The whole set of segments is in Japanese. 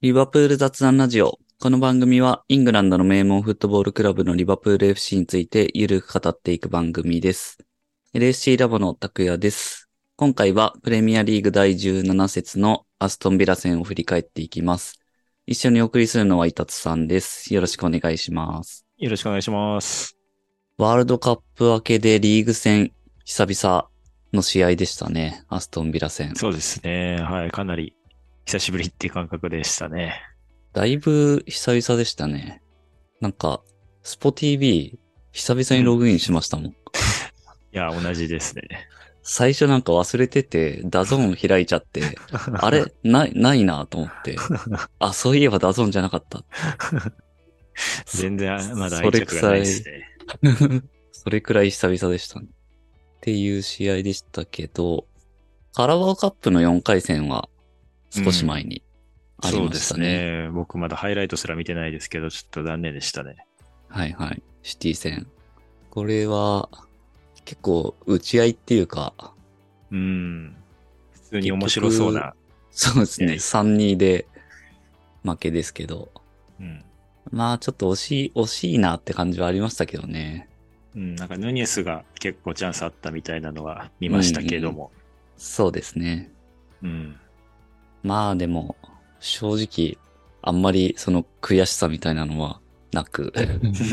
リバプール雑談ラジオ。この番組はイングランドの名門フットボールクラブのリバプール FC についてゆるく語っていく番組です。LSC ラボの拓也です。今回はプレミアリーグ第17節のアストンビラ戦を振り返っていきます。一緒にお送りするのは伊達さんです。よろしくお願いします。よろしくお願いします。ワールドカップ明けでリーグ戦久々の試合でしたね。アストンビラ戦。そうですね。はい。かなり久しぶりっていう感覚でしたね。だいぶ久々でしたね。なんか、スポ TV、久々にログインしましたもん。いや、同じですね。最初なんか忘れてて、ダゾーン開いちゃ って、あれない、ないなと思って。あ、そういえばダゾーンじゃなかった。全然まだそ愛れ着くがならいいで、すね。それくらい久々でしたね。っていう試合でしたけど、カラバオカップの4回戦は少し前にありそうまでしたすね。ね。僕まだハイライトすら見てないですけど、ちょっと残念でしたね。はいはい。シティ戦。これは、結構打ち合いっていうか、うん。普通に面白そうな。そうですね。いや3-2で負けですけど。うん。まあちょっと惜しい、惜しいなって感じはありましたけどね。うん、なんかヌニエスが結構チャンスあったみたいなのは見ましたけども。そうですね。うん。まあでも、正直、あんまりその悔しさみたいなのはな く、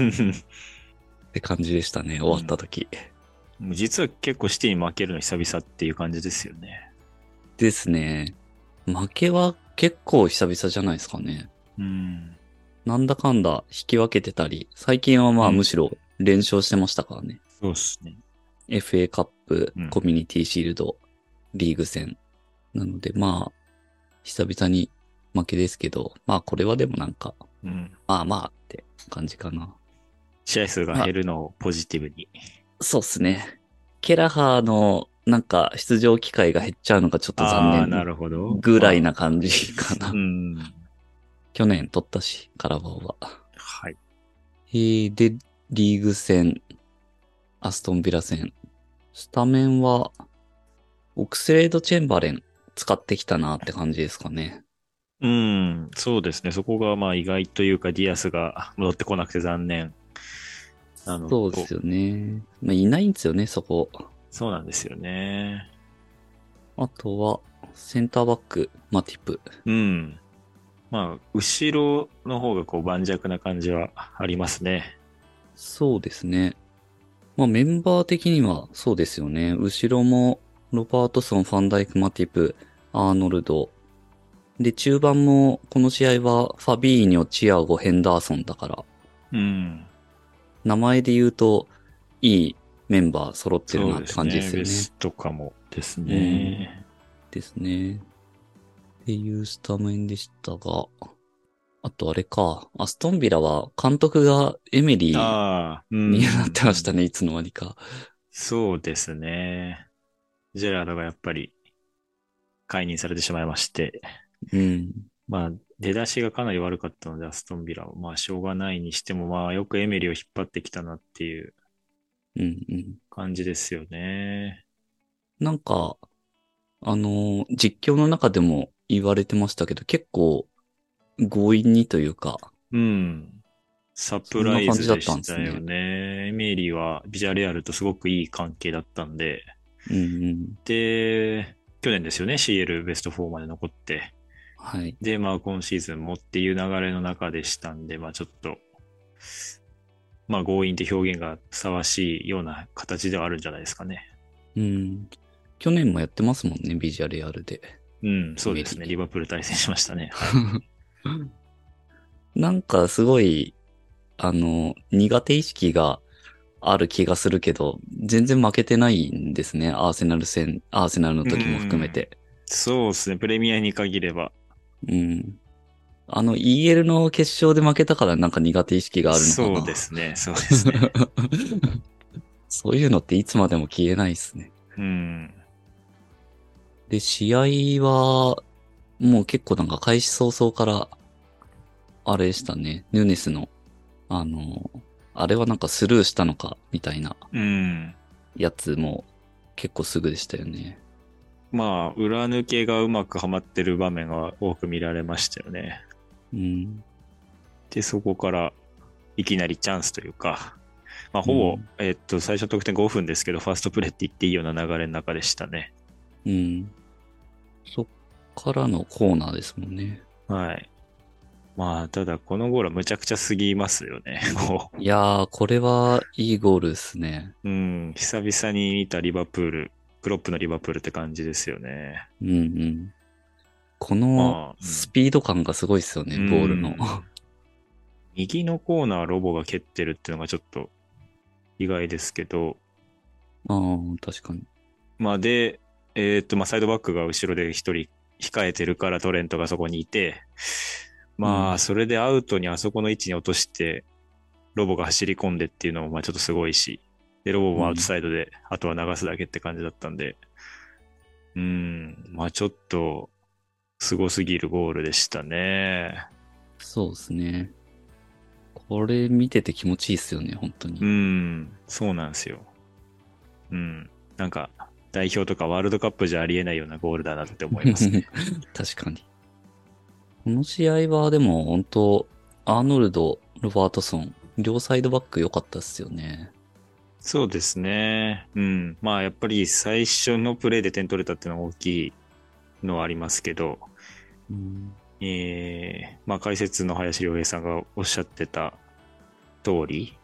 って感じでしたね。終わった時。実は結構シティに負けるの久々っていう感じですよね。ですね。負けは結構久々じゃないですかね。うん。なんだかんだ引き分けてたり、最近はまあうんむしろ連勝してましたからね。そうですね。 FA カップうん、コミュニティシールド、リーグ戦。なのでまあ、久々に負けですけど、まあこれはでもなんか、うん。まあまあって感じかな。試合数が減るのをポジティブに。そうっすね。ケラハーのなんか出場機会が減っちゃうのがちょっとああー、残な念るほど。ぐらいな感じかまあ。なう。ん。去年取ったし、カラバオは。はい。えーで、リーグ戦、アストンビラ戦。スタメンは、オクスレード・チェンバレン使ってきたなって感じですかね。うん、そうですね。そこがまあ意外というか、ディアスが戻ってこなくて残念。あのそうですよね。まあ、いないんですよね、そこ。そうなんですよね。あとは、センターバック、マティプ。うん。まあ、後ろの方がこう盤石な感じはありますね。そうですね。まあメンバー的にはそうですよね。後ろもロバートソン、ファンダイク、マティプ、アーノルド。で、中盤もこの試合はファビーニョ、チアゴ、ヘンダーソンだから、うん。名前で言うといいメンバー揃ってるそなうっでてす感ね。じですよベね。スとかもですね。ですね。っていうスタメンでしたが、あとあれか、アストンビラは監督がエメリーああ、うんになってましたね、いつの間にか。そうですね。ジェラードがやっぱり解任されてしまいまして、うん。まあ、出だしがかなり悪かったので、アストンビラは、まあ、しょうがないにしても、まあ、よくエメリを引っ張ってきたなっていううんうん。感じですよね。なんか、あのー、実況の中でも言われてましたけど、結構強引にというか、うん。サプライズでそんな感しじだったんたですよね。エメリは、ビジャレアルとすごくいい関係だったんで、うんうん、で、去年ですよね、CL ベスト4まで残って。はい。で、まあ今シーズンもっていう流れの中でしたんで、まあちょっと、まあ強引って表現がふさわしいような形ではあるんじゃないですかね。うん。去年もやってますもんね、ビジュアルアルで。うん、そうですね。メリーリバプール対戦しましたね。なんかすごい、あの、苦手意識がある気がするけど、全然負けてないんですね、アーセナル戦、アーセナルの時も含めて。 そうですね。プレミアに限れば。うん。あの、EL の決勝で負けたからなんか苦手意識があるのかな。そうですね。そうです ね。 そういうのっていつまでも消えないですね。うん。で、試合は、もう結構なんか開始早々から、あれでしたね。ヌネスの、あの、あれはなんかスルーしたのか、みたいなうん。やつも結構すぐでしたよね。まあ、裏抜けがうまくはまってる場面が多く見られましたよね。うん。で、そこからいきなりチャンスというか、まあ、ほぼ、うんえっと、最初の得点5分ですけど、ファーストプレーって言っていいような流れの中でしたね。うん。そっからのコーナーですもんね。はい。まあ、ただ、このゴールはむちゃくちゃすぎますよね。 もいやー、これはいいゴールですね。う、うん、久々に見たリバプール、クロップのリバプールって感じですよね。うんうん。このまあうんスピード感がすごいですよね、うんボールの。 右のコーナーロボが蹴ってるっていうのがちょっと意外ですけど、ああ、確かに。まあ、で、えーっと、まあ、サイドバックが後ろで一人控えてるからトレントがそこにいて、まうんあ、それでアウトにあそこの位置に落として、ロボが走り込んでっていうのも、まあ、ちょっとすごいし、で、ロボもアウトサイドで、あとは流すだけって感じだったんで、うん、まあ、ちょっと、すごすぎるゴールでしたね。そうですね。これ見てて気持ちいいですよね、本当に。うん、そうなんですよ。うん、なんか、代表とかワールドカップじゃありえないようなゴールだなって思いま すね。確かに。この試合はでも本当、アーノルド、ロバートソン、両サイドバック良かったっすよね。そうですね。うん。まあやっぱり最初のプレーで点取れたっていうのは大きいのはありますけど、うん。えー、まあ解説の林良平さんがおっしゃってた通り、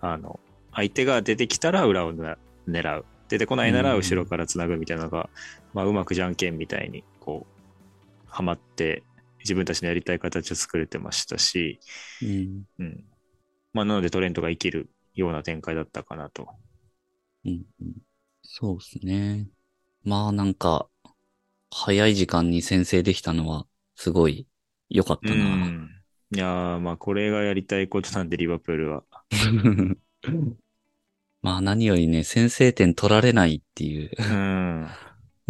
あの、相手が出てきたら裏をな狙う。出てこないなら後ろから繋ぐみたいなのが、まあうまくじゃんけんみたいにこう、はまって自分たちのやりたい形を作れてましたし、うん。うん。まあなのでトレントが生きるような展開だったかなと。うん。そうですね。まあなんか、早い時間に先制できたのは、すごい良かったうな。ん。いやーまあこれがやりたいことなんで、リバプールは。 まあ何よりね、先制点取られないっていう、うん。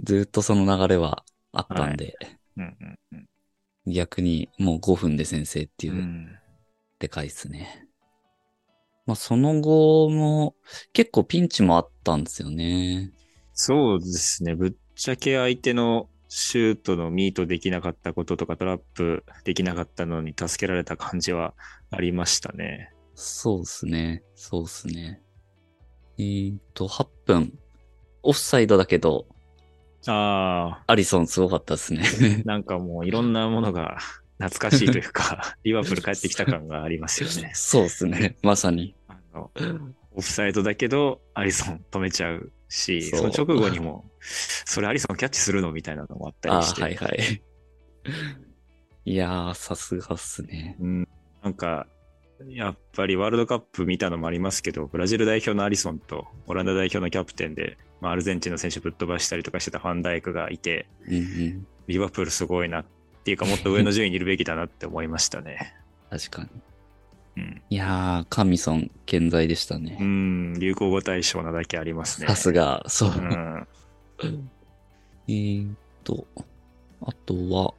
ずっとその流れはあったんで、うんうんうん逆にもう5分で先制っていうう。ん。でかいっすね。まあ、その後も、結構ピンチもあったんですよね。そうですね。ぶっちゃけ相手のシュートのミートできなかったこととか、トラップできなかったのに助けられた感じはありましたね。そうっすね。そうっすね。えーっと、8分。オフサイドだけど、あアリソンすごかったですね。。あ、なんかもういろんなものが懐かしいという か、リバプール帰ってきた感がありますよねそうっすね。まさに。あのオフサイドだけど、アリソン止めちゃうし、そそうの直後にも、それアリソンキャッチするのみたいなのもあったありあして、ー、はいはい。いやー、さすがっすね。うん、なんか、やっぱりワールドカップ見たのもありますけど、ブラジル代表のアリソンとオランダ代表のキャプテンで、まあ、アルゼンチンの選手ぶっ飛ばしたりとかしてたファンダイクがいて、うんうん。リバプールすごいなっていうか、もっと上の順位にいるべきだなって思いましたね。確かに。うん、いやー、カミソン健在でしたうね。ん流行語大賞なだけありますね。さすが、そう。うん、えーっと、あとは、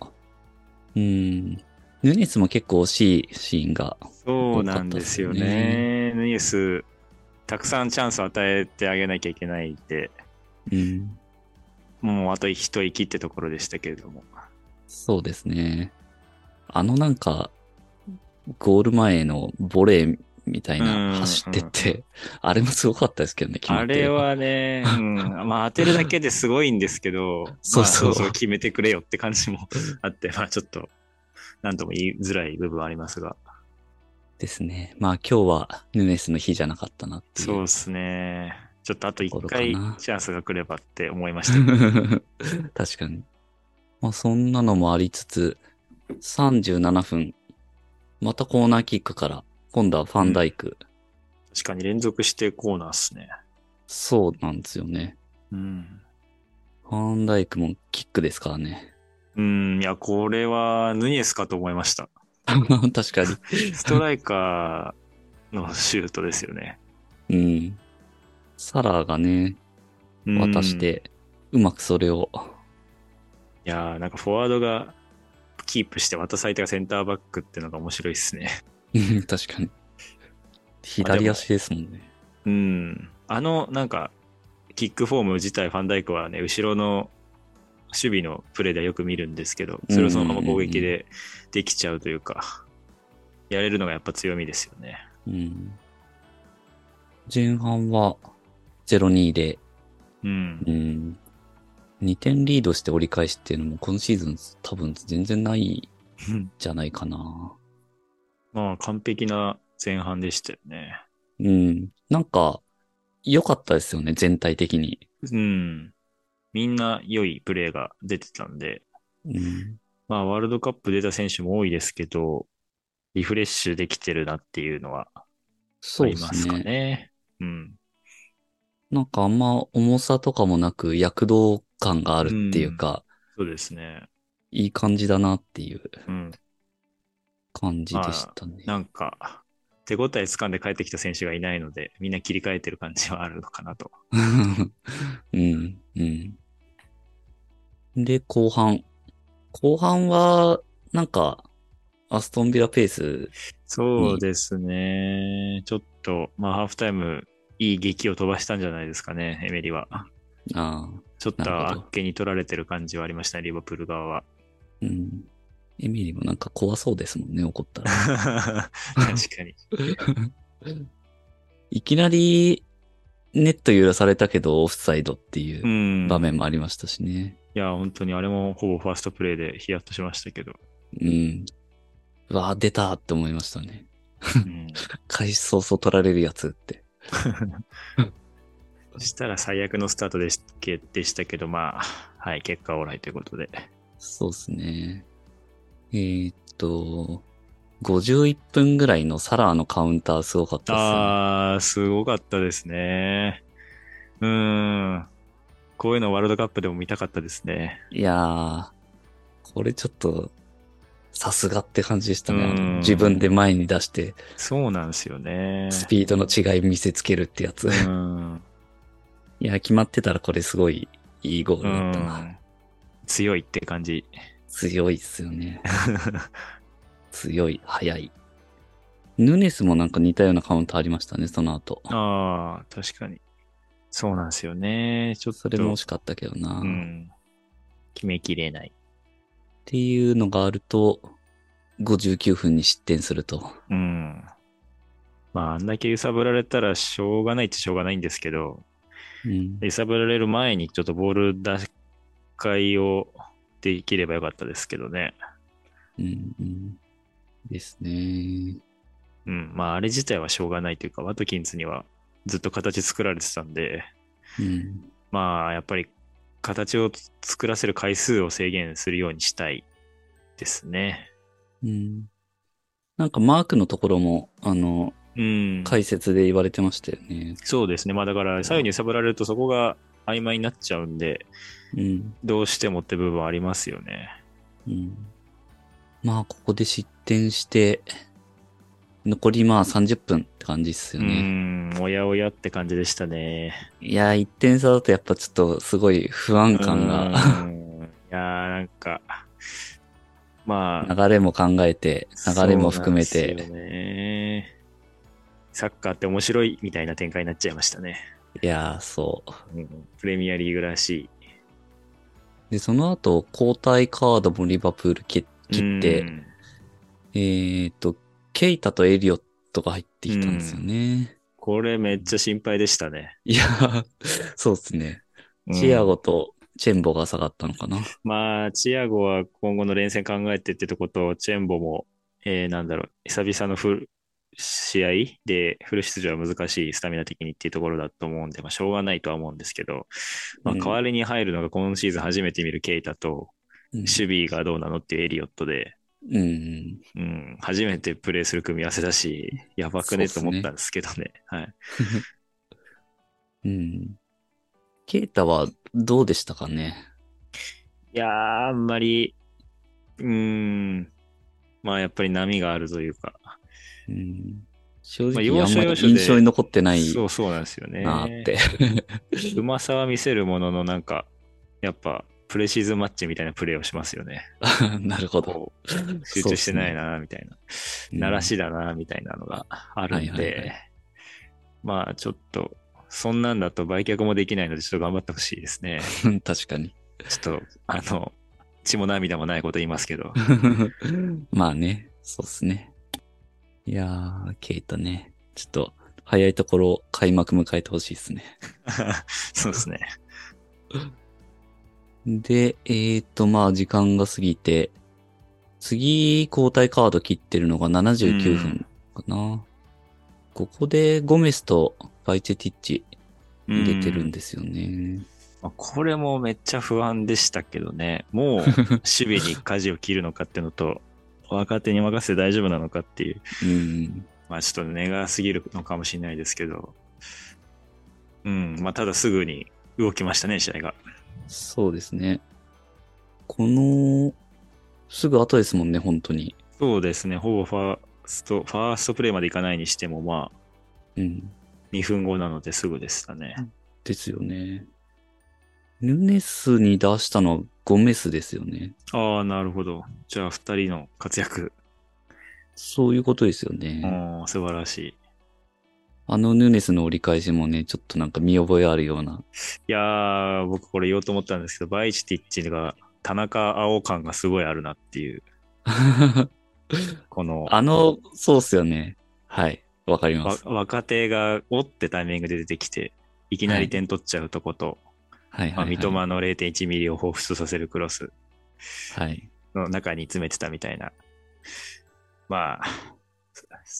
うーん、ヌニスも結構惜しいシーンが、そうなんですよね。ヌイエス、たくさんチャンスを与えてあげなきゃいけないって、うん、もうあと一息ってところでしたけれども。そうですね。あのなんか、ゴール前のボレーみたいうんな走ってって、あれもすごかったですけどね、決まあってれれば。はね、うん、まあ当てるだけですごいんですけど、そうまあそう そろそろ決めてくれよって感じも あって、まあちょっと、なんとも言いづらい部分はありますが。ですね。まあ今日はヌネスの日じゃなかったなっていう。そうですね。ちょっとあと一回そうかなチャンスが来ればって思いました けど。 確かに。まあそんなのもありつつ、37分、またコーナーキックから、今度はファンダイク。確かに連続してコーナーっすね。そうなんですよね。うん。ファンダイクもキックですからね。 うん、いや、これはヌニエスかと思いました。確か ストライカーのシュートですよね。に。うん。サラーがね、うん渡し。て、うまくそれを。 いやーなんかフォワードがキープして渡す相手がセンターバックっていうのが面白いですね。うん確かに。左足ですもんね。うん。あの、なんか、キックフォーム自体、ファンダイクはね、後ろの守備のプレーではよく見るんですけど、それをそのまま攻撃でできちゃうというか、やれるのがやっぱ強みですよね。うん。前半は0-2で、うん。うん。2点リードして折り返しっていうのも今シーズン多分全然ないんじゃないかな。まあ、完璧な前半でしたよね。うん。なんか、良かったですよね、全体的に。うん。みんな良いプレーが出てたんで、うん。まあ、ワールドカップ出た選手も多いですけど、リフレッシュできてるなっていうのはあそうりでますすかね。ね。うん。なんかあんま重さとかもなく躍動感があるっていうか、そうですね。いい感じだなっていううん。感じでしたね。なんか、手応え掴んで帰ってきた選手がいないので、みんな切り替えてる感じはあるのかなと。 うん、うん。で、後半。後半は、なんか、アストンビラペース、そうですね。ちょっと、まあ、ハーフタイム、いい劇を飛ばしたんじゃないですかね、エメリは。ああ、ちょっなるとほあどっけに取られてる感じはありましたね、リバプール側は。うん。エミリーもなんか怖そうですもんね、怒ったら。 確かに。。いきなり、ネット揺らされたけど、オフサイドっていううん 場面もありましたしね。いや、本当にあれもほぼファーストプレイでヒヤッとしましたけど。うん。うわあ、出たって思いましたね。うん、開始早々取られるやつって。そしたら最悪のスタートでしけでしたけど、まあ、はい、結果オーライということで。そうですね。えーっと、51分ぐらいのサラーのカウンターすごかったですよね。あー、すごかったですね。うーん。こういうのワールドカップでも見たかったですね。いやー、これちょっと、さすがって感じでしたね。あうんの自分で前に出して、そうなんですよね。スピードの違い見せつけるってやつ。うん。 いや、決まってたらこれすごいいいゴールうだったな。ん。強いって感 じ。強いっすよね。 強い、速い。ヌネスもなんか似たようなカウンターありましたね、その後。ああ、確かに。そうなんですよね。ちょっと。それも惜しかったけどな。うっん。決めきれない。ていうのがあると、59分に失点すると。うん。まあ、あんだけ揺さぶられたらしょうがないっちゃしょうがないんですけど、うん、揺さぶられる前にちょっとボール奪回をできればよかったですけどね。うん、うん。ですね。うん。まあ、あれ自体はしょうがないというか、ワトキンズにはずっと形作られてたんで、うん。まあ、やっぱり形を作らせる回数を制限するようにしたいですね。うん。なんかマークのところも、あの、うん。解説で言われてましたよね。そうですね。まあだから、左右に揺さぶられるとそこが曖昧になっちゃうんで、うん。どうしてもって部分ありますよね。うん。まあ、ここで失点して、残りまあ30分って感じっすうよね。ん、おやおやって感じでしたね。いやー、1点差だとやっぱちょっとすごい不安感が、うん。いやー、なんか、まあ、流れも考えて、流れも含めそうなんでて、すよね。サッカーって面白いみたいな展開になっちゃいましたね。いやー、そう。うんプレミアリーグらしで、その後、交代カードもリバプール切い。切って、うんえーっと、ケイタとエリオットが入ってきたんですよね。これめっちゃ心配でしたね。いやー、そうですね。うんチアゴとチェンボが下がったのかな。まあ、チアゴは今後の連戦考えてってとこと、チェンボも、えーなんだろう、久々のフル試合でフル出場は難しい、スタミナ的にっていうところだと思うんで、まあ、しょうがないとは思うんですけど、まあ、うん代わりに入るのが今シーズン初めて見るケイタと、うん。守備がどうなのっていうエリオットで、うんうん、初めてプレーする組み合わせだし、やばくねとそうっすね思ったんですけどね。はい。うん。ケイタはどうでしたかね。いやー、あんまり、うーん、まあ、やっぱり波があるというか、うん、正まあ直、要あん所ま要り所で印象に残ってないそうそうなんですよね。なーって。 うまさは見せるものの、なんか、やっぱ、プレシーズンマッチみたいなプレーをしますよね。 なるほど。こう集中してないな、みたいな。うん鳴らしだな、みたいなのがあるんはいはいはで、ま あ、ちょっと、そんなんだと売却もできないので、ちょっと頑張ってほしいですね。うん確かに。ちょっと、あの、血も涙もないこと言いますけど、 まあね、そうっすね。いやー、ケイトね、ちょっと早いところ開幕迎えてほしいっすね。そうですね。で、えーと、まあ時間が過ぎて、次交代カード切ってるのが79分かな。ここでゴメスとバイチェティッチうん入れてるんですよね。まあこれもめっちゃ不安でしたけどね、 もう守備に舵を切るのかっていうのと、若手に任せて大丈夫なのかっていう、うん。まあちょっと根がすぎるのかもしれないですけど、うん、まあただすぐに動きましたね、試合が。そうですね。この、すぐ後ですもんね、本当に。そうですね、ほぼファースト、ファーストプレイまでいかないにしても、まあうん。 2分後なのですぐでしたね。ですよね。ヌネスに出したのはゴメスですよね。ああ、なるほど。じゃあ2人の活躍、そういうことですようね。ん、素晴らしい。あのヌネスの折り返しもね、ちょっとなんか見覚えあるよう な。いやー、僕これ言おうと思ったんですけど、バイチティッチが田中青感がすごいあるなっていう、このあの、そうっすよね。はい。わかりまわす。若手がおってタイミングで出てきて、いきなり点取っちゃうとこはいと、まはあい、はい。三笘の0.1ミリを彷彿とさせるクロスはい。の中に詰めてたみたいな。まあ、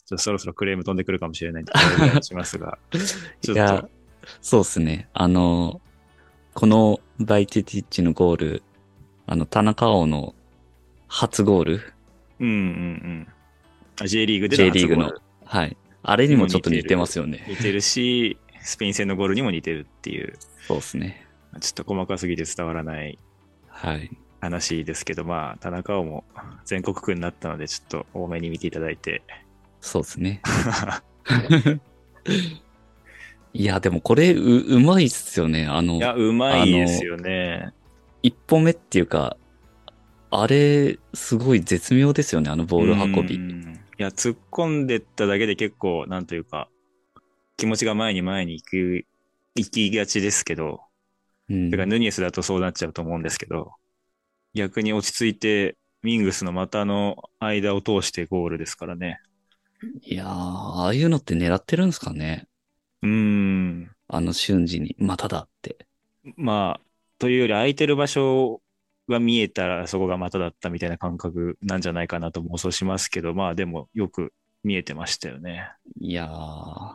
ちょそろそろクレーム飛んでくるかもしれないんで、お願いしますが、ち いょっやと、、そうっすね。あの、このバイティティッチのゴール、あの、田中碧の初ゴール、うんうんうんあ。J リーグで J 初リーグゴのル。はい。あれにもちょっと似てますよね。似てるし、スペイン戦のゴールにも似てるっていう。そうっすね。ちょっと細かすぎて伝わらないはい。話ですけど、まあ、田中碧も全国区になったので、ちょっと多めに見ていただいて。そうです ね。いや、でもこれう、うまいっすよね。あのい、や、うまいですよね。一歩目っていうか、あれ、すごい絶妙ですよね、あのボール運びう。んいや、突っ込んでっただけで結構、なんというか、気持ちが前に前に行く、行きがちですけど、うんてか、ヌニエスだとそうなっちゃうと思うんですけど、逆に落ち着いて、ミングスの股の間を通してゴールですからね。いやー、ああいうのって狙ってるんですかね。うーん。あの瞬時に、まただって。まあ、というより空いてる場所が見えたらそこが股だったみたいな感覚なんじゃないかなと妄想しますけど、まあでもよく見えてましたよね。いやー、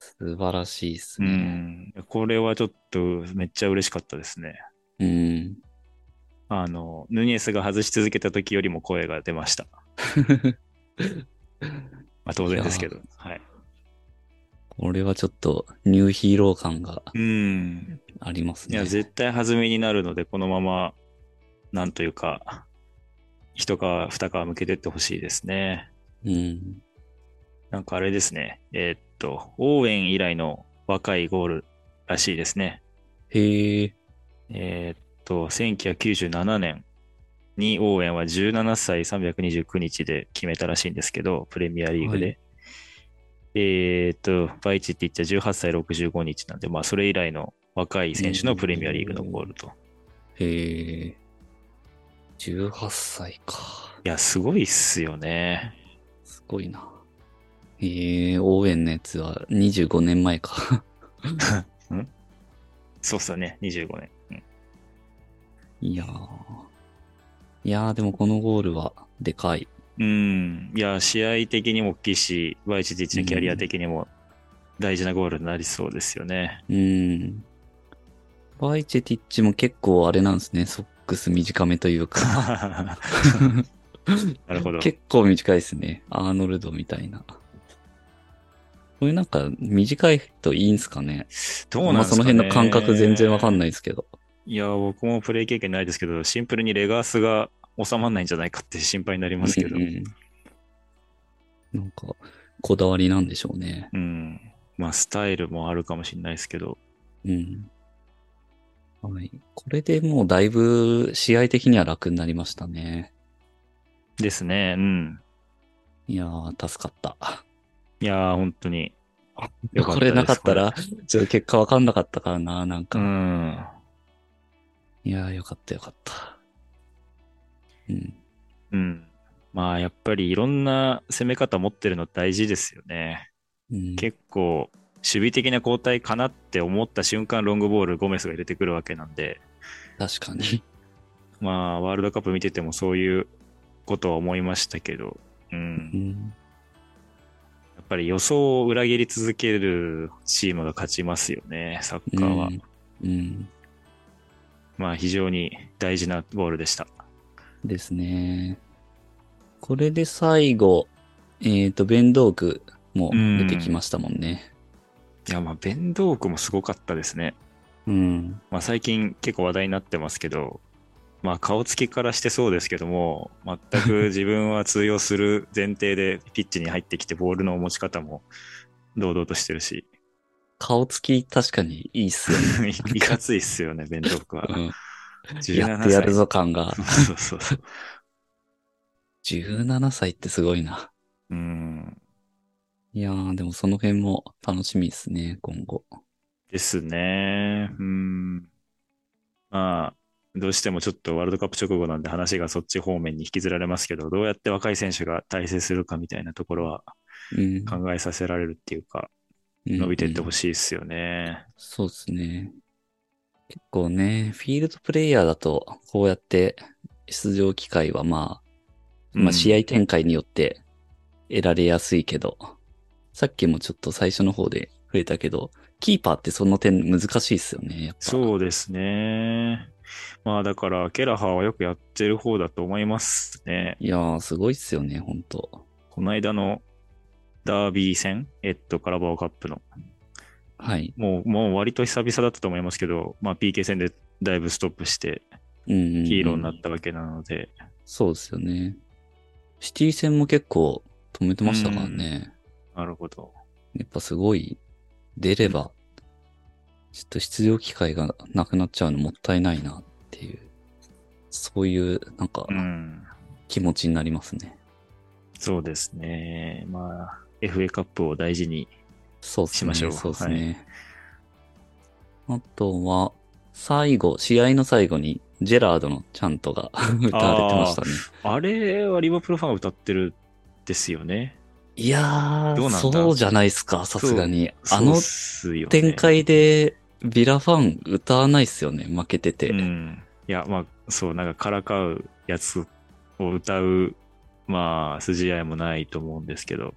素晴らしいっすうね。ん。これはちょっとめっちゃ嬉しかったですね。うん。あの、ヌニエスが外し続けた時よりも声が出ま した。まあ当然ですけど。はい。これはちょっと、ニューヒーロー感がうん。ありますいね。や、絶対弾みになるので、このまま、なんというか、一皮二皮向けてってほしいですね。うん。なんかあれですね。えーっと、オーウェン以来の若いゴールらしいですね。へえ。えーっと、1997年にオーウェンは17歳329日で決めたらしいんですけど、プレミアリーグで。はえーっと、バイチって言ったら18歳65日なんで、まあそれ以来の若い選手のプレミアリーグのゴールと。いへえ。18歳か。や、すごいっすよね。すごいな。ええ、応援のやつは25年前か。 そうっすよね、25年。うんいやー。いやー、でもこのゴールはでかい。うん、いや、試合的にも大きいし、バイチティッチのキャリア的にも大事なゴールになりそうです よね。 うん。バイチェティッチも結構あれなんですね。ソックス短めというか。なるほど。結構短いですね。アーノルドみたいな。これなんか短いといいんすかね。どうまなんあですかその辺の感覚全然わかんない。ないですけど。いや、僕もプレイ経験ないですけど、シンプルにレガースが収まらないんじゃないかって心配になりますけど。うんうんなんか、こだわりなんでしょうね。うん。まあ、スタイルもあるかもしれないですけど。うん。はい。これでもうだいぶ試合的には楽になりましたね。ですね。うん。いやー、助かった。いやー、本当に。よかったですこれなかったら、ちょっと結果わかんなかったからな、なんうか。ん。いやー、よかったよかった。うん。うん。まあ、やっぱりいろんな攻め方持ってるの大事ですよね。うん、結構、守備的な交代かなって思った瞬間、ロングボール、ゴメスが入れてくるわけなんで、確かに。まあ、ワールドカップ見ててもそういうことは思いましたけど、うう。んん、やっぱり予想を裏切り続けるチームが勝ちますよね、サッカーは。うん。うん。まあ、非常に大事なゴールでした。ですね。これで最後、えっ、と、弁道具も出てきましたもんね。いや、まあ、ベンドークもすごかったですね。うん。まあ、最近結構話題になってますけど、まあ、顔つきからしてそうですけども、全く自分は通用する前提でピッチに入ってきて、ボールの持ち方も堂々として るし、顔つき確かにいいっす よね。いいかついっすよね、ベンドークは。うんや17って歳やるぞ感が。 そうそうそう。 17歳ってすごいな。うん。いやー、でもその辺も楽しみですね、今後。ですね。うん。まあ、どうしてもちょっとワールドカップ直後なんで話がそっち方面に引きずられますけど、どうやって若い選手が対戦するかみたいなところはうん。考えさせられるっていうか、伸びていってほしいですよね。そうですね。結構ね、フィールドプレイヤーだと、こうやって出場機会はまあ、まあ試合、合展開によって得られやすいけど、さっきもちょっと最初の方で触れたけど、キーパーってその点難しいですよね、やっぱ。そうですね。まあだから、ケラハーはよくやってる方だと思いますね。いやー、すごいっすよね、ほんと。この間のダービー戦、えっと、カラバオカップの、はい。もう、もう割と久々だったと思いますけど、まあ PK 戦でだいぶストップしてうんうんうん、ヒーローになったわけなので、そうですよね。シティ戦も結構止めてましたからね。なるほど。やっぱすごい、出れば、ちょっと出場機会がなくなっちゃうのもったいないなっていう、そういう、なんかう、ん。気持ちになりますね。そうですね。まあ、FA カップを大事に。そうですしね。ましょうそうですね。あとは、最後、試合の最後に、ジェラードのチャントが 歌われてましたね。あれはリバプールファンが歌ってるですよね。いやどうー、なんだそうじゃないですか、さすがに。あのそうっすよね展開で、ビラファン歌わないっすよね、負けてて。うん。いや、まあ、そう、なんかからかうやつを歌う、まあ、筋合いもないと思うんですけど、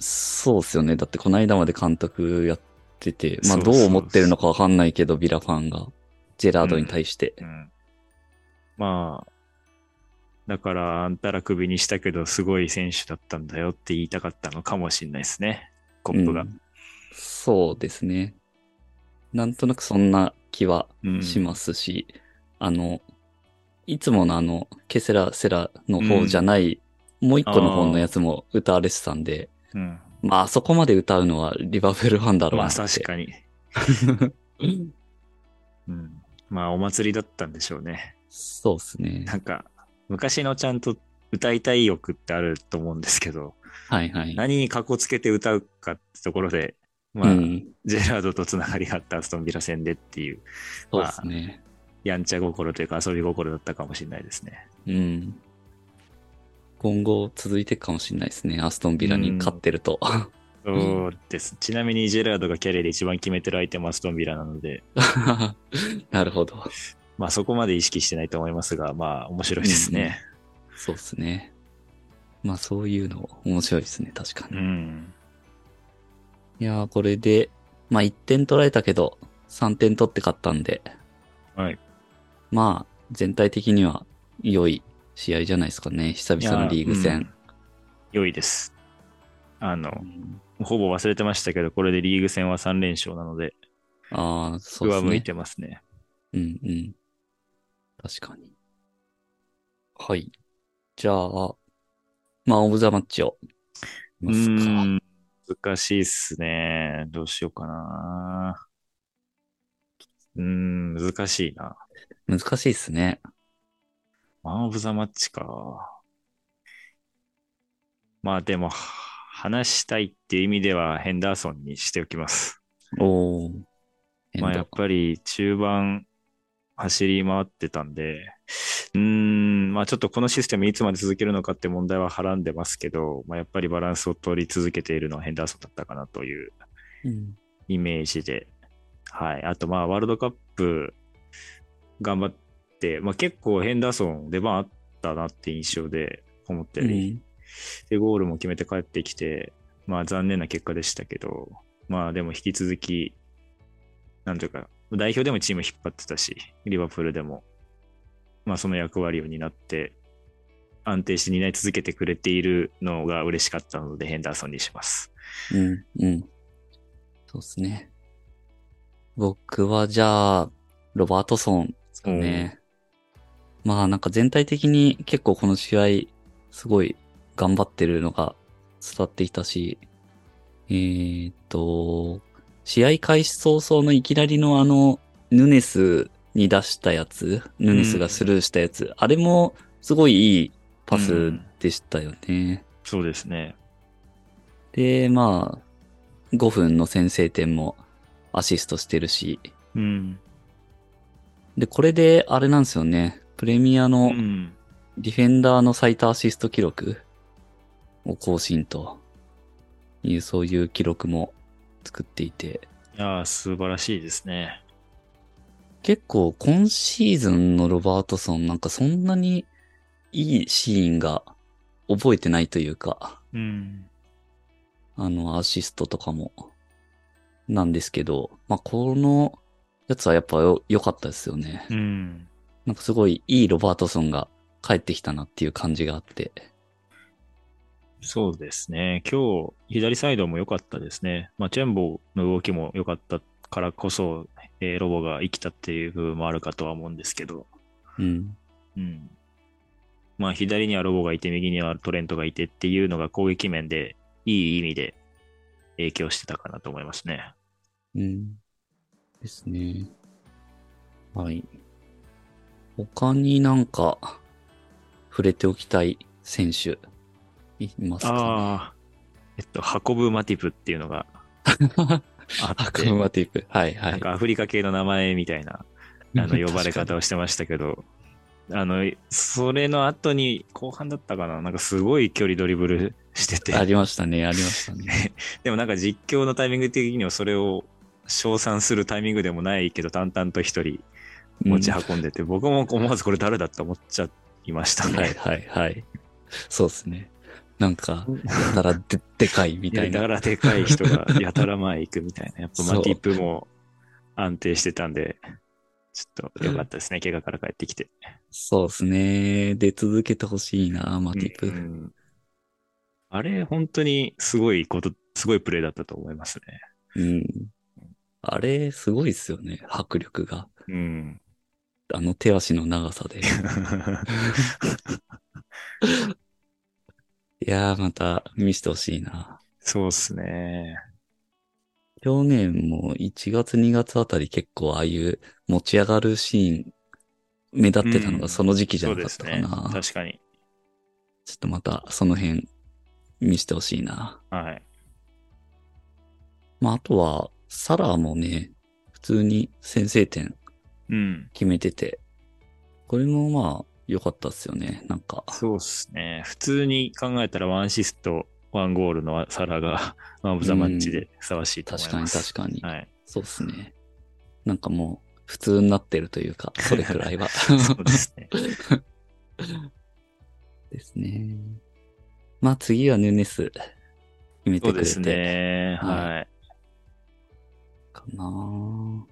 そうっすよね。だってこの間まで監督やってて、まあそうそどうう思ってるのかわかんないけど、ビラファンが、ジェラードに対して。うん。まあ、だから、あんたらクビにしたけど、すごい選手だったんだよって言いたかったのかもしれないですね、コップがう。んそうですね。なんとなくそんな気はうんしますし、あの、いつものあの、ケセラセラの方じゃない、もう一個の方のやつも歌われてたんで、うん。まああそこまで歌うのはリバプールファンだろうまなあ、って。確かに。うん。まあ、お祭りだったんでしょうね。そうですね。なんか、昔のちゃんと歌いたい欲ってあると思うんですけど、はいはい。何にかこつけて歌うかってところで、まあ、うん。ジェラードとつながりがあったアストンビラ戦でっていう、そうですね。やんちゃ心というか遊び心だったかもしれないですね。うん。今後続いていくかもしれないですね。アストンビラに勝ってると。 そうです。ちなみにジェラードがキャリアで一番決めてる相手もアストンビラなので、なるほど。まあそこまで意識してないと思いますが、まあ面白いですね。そうですね。まあそういうの面白いですね。確かうに。ん。いやーこれで、まあ1点取られたけど、3点取って勝ったんで、はい。まあ全体的には良い試合じゃないですかね。久い々のリーグ戦。。うん良いです。あのう、んほぼ忘れてましたけど、これでリーグ戦は3連勝なので、ああ、そうで上す向いね。てますね。うんうん。確かに。はい。じゃあ、まあ、オブザマッチを。うますか。ん難しいっすね。どうしようかな。うーん、難しいな。難しいですね。マン・オブ・ザ・マッチか。まあでも、話したいっていう意味ではヘンダーソンにしておきます。おー。まあやっぱり中盤、走り回ってたんで、うーん、まあちょっとこのシステムいつまで続けるのかって問題ははらんでますけど、まあ、やっぱりバランスを取り続けているのはヘンダーソンだったかなといううん。イメージで、はい。あと、まあ、ワールドカップ頑張って、まあ、結構ヘンダーソン出番あったなって印象で思ったより、で、ゴールも決めて帰ってきて、まあ、残念な結果でしたけど、まあ、でも引き続き、なんというか、代表でもチーム引っ張ってたし、リバプールでも、まあ、その役割を担って、安定して担い続けてくれているのが嬉しかったので、ヘンダーソンにします。うん、うん。そうですね。僕はじゃあ、ロバートソンですかね。まあなんか全体的に結構この試合、すごい頑張ってるのが伝わってきたし、えーっと、試合開始早々のいきなりのあの、ヌネスに出したやつ、ヌネスがスルーしたやつ、あれもすごいいいパスでしたよね。そうですね。で、まあ、5分の先制点もアシストしてるし、うん。で、これであれなんですよね、プレミアうのんディフェンダーの最多アシスト記録を更新という、そういう記録も作っていて、いやー素晴らしいですね。結構今シーズンのロバートソンなんかそんなにいいシーンが覚えてないというか、うん。あの、アシストとかも、なんですけど、まあ、このやつはやっぱよ良かったですよね。うん。なんかすごいいいロバートソンが帰ってきたなっていう感じがあって。そうですね。今日、左サイドも良かったですね。まあ、チェンボの動きも良かったからこそ、えーロボが生きたっていう部分もあるかとは思うんですけど、うん。うん。まあ、左にはロボがいて、右にはトレントがいてっていうのが攻撃面で、いい意味で影響してたかなと思いますね。うん。ですね。はい。他になんか、触れておきたい選手、いますかああ。えっと、運ぶマティプっていうのが あアってク、マティプ。はいはなんい。かアフリカ系の名前みたいなあの呼ばれ方をしてましたけど、あの、それの後に後半だったかな、なんかすごい距離ドリブルしてて あ、りましたね、ありましたね。でもなんか実況のタイミング的にはそれを称賛するタイミングでもないけど、淡々と一人 持ち運んでて、僕も思わずこれ誰だって思っちゃいましたはいね。はいはい。そうですね。なんか、やたらででかいみみたたいいな。なや。たらでかい人がやたら前行くみたいな。やっぱそうマティップも安定してたんで、ちょっと良かったですね。怪我から帰ってきて。そうですね。で、続けてほしいな、マティうプ。んあれ、本当にすごいこと、すごいプレーだったと思いますね。うん。あれ、すごいっすよね。迫力が。うん。あの手足の長さで。いやー、また見せてほしいな。 そうっすね。去年も1月2月あたり結構ああいう持ち上がるシーン、目立ってたのうんがその時期じゃそうなかでっすたかな。ね。確かに。ちょっとまたその辺見せてほしいな。はい。まあ、あとは、サラーもね、普通に先制点うん。決めてて、これもまあ、良かったっすよね、なんか。そうっすね。普通に考えたらワンアシスト、ワンゴールのサラが、 ワンオブザマッチでふさわしいと思い確かまにす。確かに。かに。はい。そうっすね。なんかもう、普通になってるというか、それくらい は。そうです ね。ですね。まあ次はヌネス、決めそてくうでれすてね。はかな、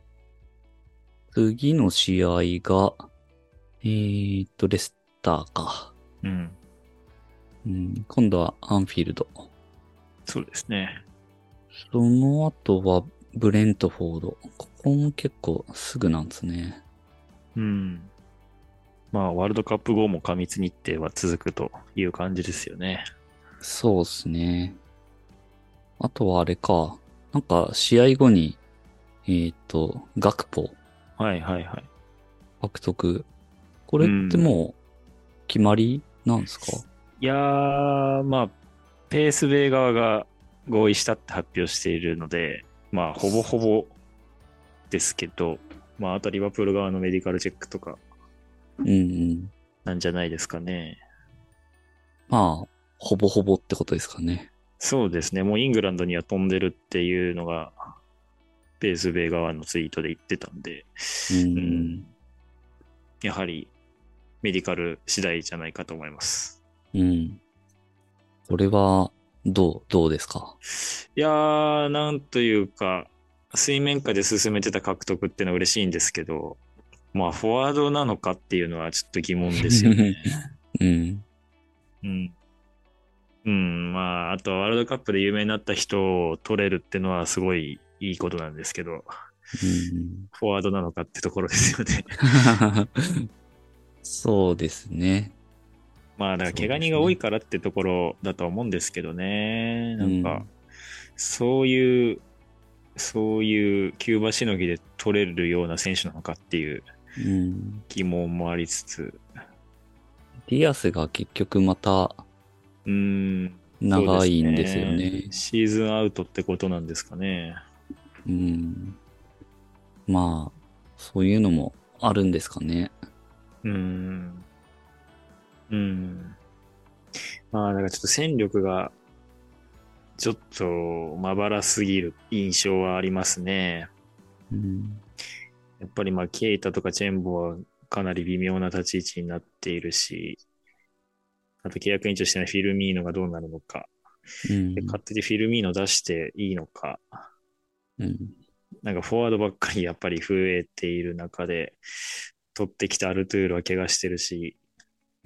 次の試合が、えーっと、レスターか。い。うん。うん、今度はアンフィールド。そうですね。その後はブレントフォード。ここも結構すぐなんですね。うん。まあ、ワールドカップ後も過密日程は続くという感じですよね。そうですね。あとはあれか。なんか試合後に、えっ、と、学ポはいはいはい。獲得。これってもう決まりなんですか、いやー、まあ、ペース米側が合意したって発表しているので、まあ、ほぼほぼですけど、まあ、あとリバプール側のメディカルチェックとかうんうん。なんじゃないですかね。まあ、ほぼほぼってことですかね。そうですね、もうイングランドには飛んでるっていうのが、ベース米側のツイートで言ってたんで、うんうんやはりメディカル次第じゃないかと思います。うん。これは、どう、どうですかいやー、なんというか、水面下で進めてた獲得ってのは嬉しいんですけど、まあ、フォワードなのかっていうのはちょっと疑問ですよ ね。うん。うん。うん、まあ、あとはワールドカップで有名になった人を取れるってのはすごいいいことなんですけど、うん、 フォワードなのかってところですよね。 そうですね。まあ、だから怪我人が多いからってところだと思うんですけどね。なんうかん、そういう、そういう急場しのぎで取れるような選手なのかっていううん。疑問もありつつ、ディアスが結局またうーん、長いんですよそうね。シーズンアウトってことなんですかね。うん。まあ、そういうのもあるんですかね。うーん。うーん。まあ、だからちょっと戦力が、ちょっとまばらすぎる印象はありますね。うん。やっぱりまあ、ケイタとかチェンボはかなり微妙な立ち位置になっているし、あと契約延長してないフィルミーノがどうなるのか、うんで勝手にフィルミーノ出していいのか、うん。なんかフォワードばっかりやっぱり増えている中で、取ってきたアルトゥールは怪我してるし、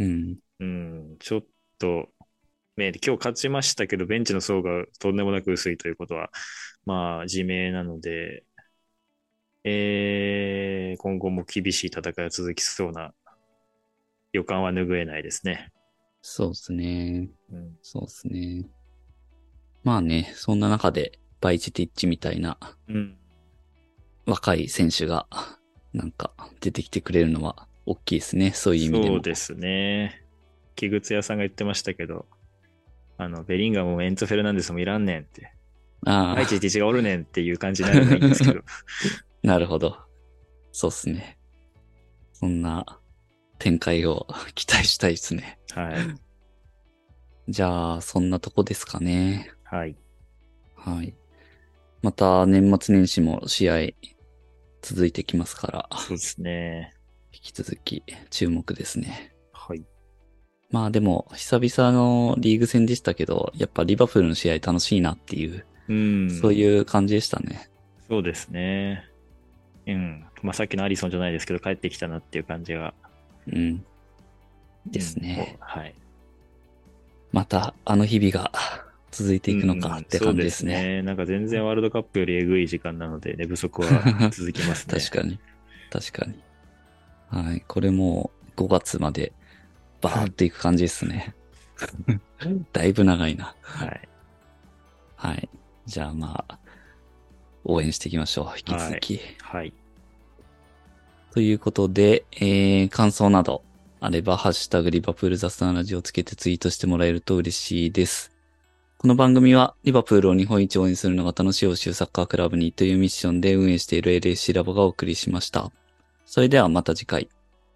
うん。うん、ちょっと、ね、今日勝ちましたけど、ベンチの層がとんでもなく薄いということは、まあ、自明なので、えー今後も厳しい戦いが続きそうな予感は拭えないですね。そうですね。うん、そうですね。まあね、そんな中で、バイチティッチみたいなうん、若い選手が、なんか出てきてくれるのは大きいですね。そういう意味でも。そうですね。木靴屋さんが言ってましたけど、あのベリンガムもエンツフェルナンデスもいらんねんって、 あ愛知あ、一がおるねんっていう感じになればいいんです けど、なるほど。そうですね。そんな展開を 期待したいですね。はい。じゃあ、そんなとこですかね。はい。はい。また年末年始も試合続いてきますから、そうですね。引き続き注目ですね。はい。まあでも、久々のリーグ戦でしたけど、やっぱリバプールの試合楽しいなっていう、うん。そういう感じでしたね。そうですね。うん。まあ、さっきのアリソンじゃないですけど、帰ってきたなっていう感じが。うん。ですねうん。はい。また、あの日々が続いていくのかって感じですうんそうね。なんか全然ワールドカップよりえぐい時間なので、寝不足は続きますね。 確かに。確かに。はい。これもう5月までバーっていく感じですね。 だいぶ長いな。はい。はい。じゃあまあ、応援していきましょう。引き続き。はい。ということで、えー、感想などあれば、ハッシュタグリバプール雑談ラジオをつけてツイートしてもらえると嬉しいです。この番組は、リバプールを日本一応援するのが楽しい欧州サッカークラブにというミッションで運営している LAC ラボがお送りしました。それではまた次回。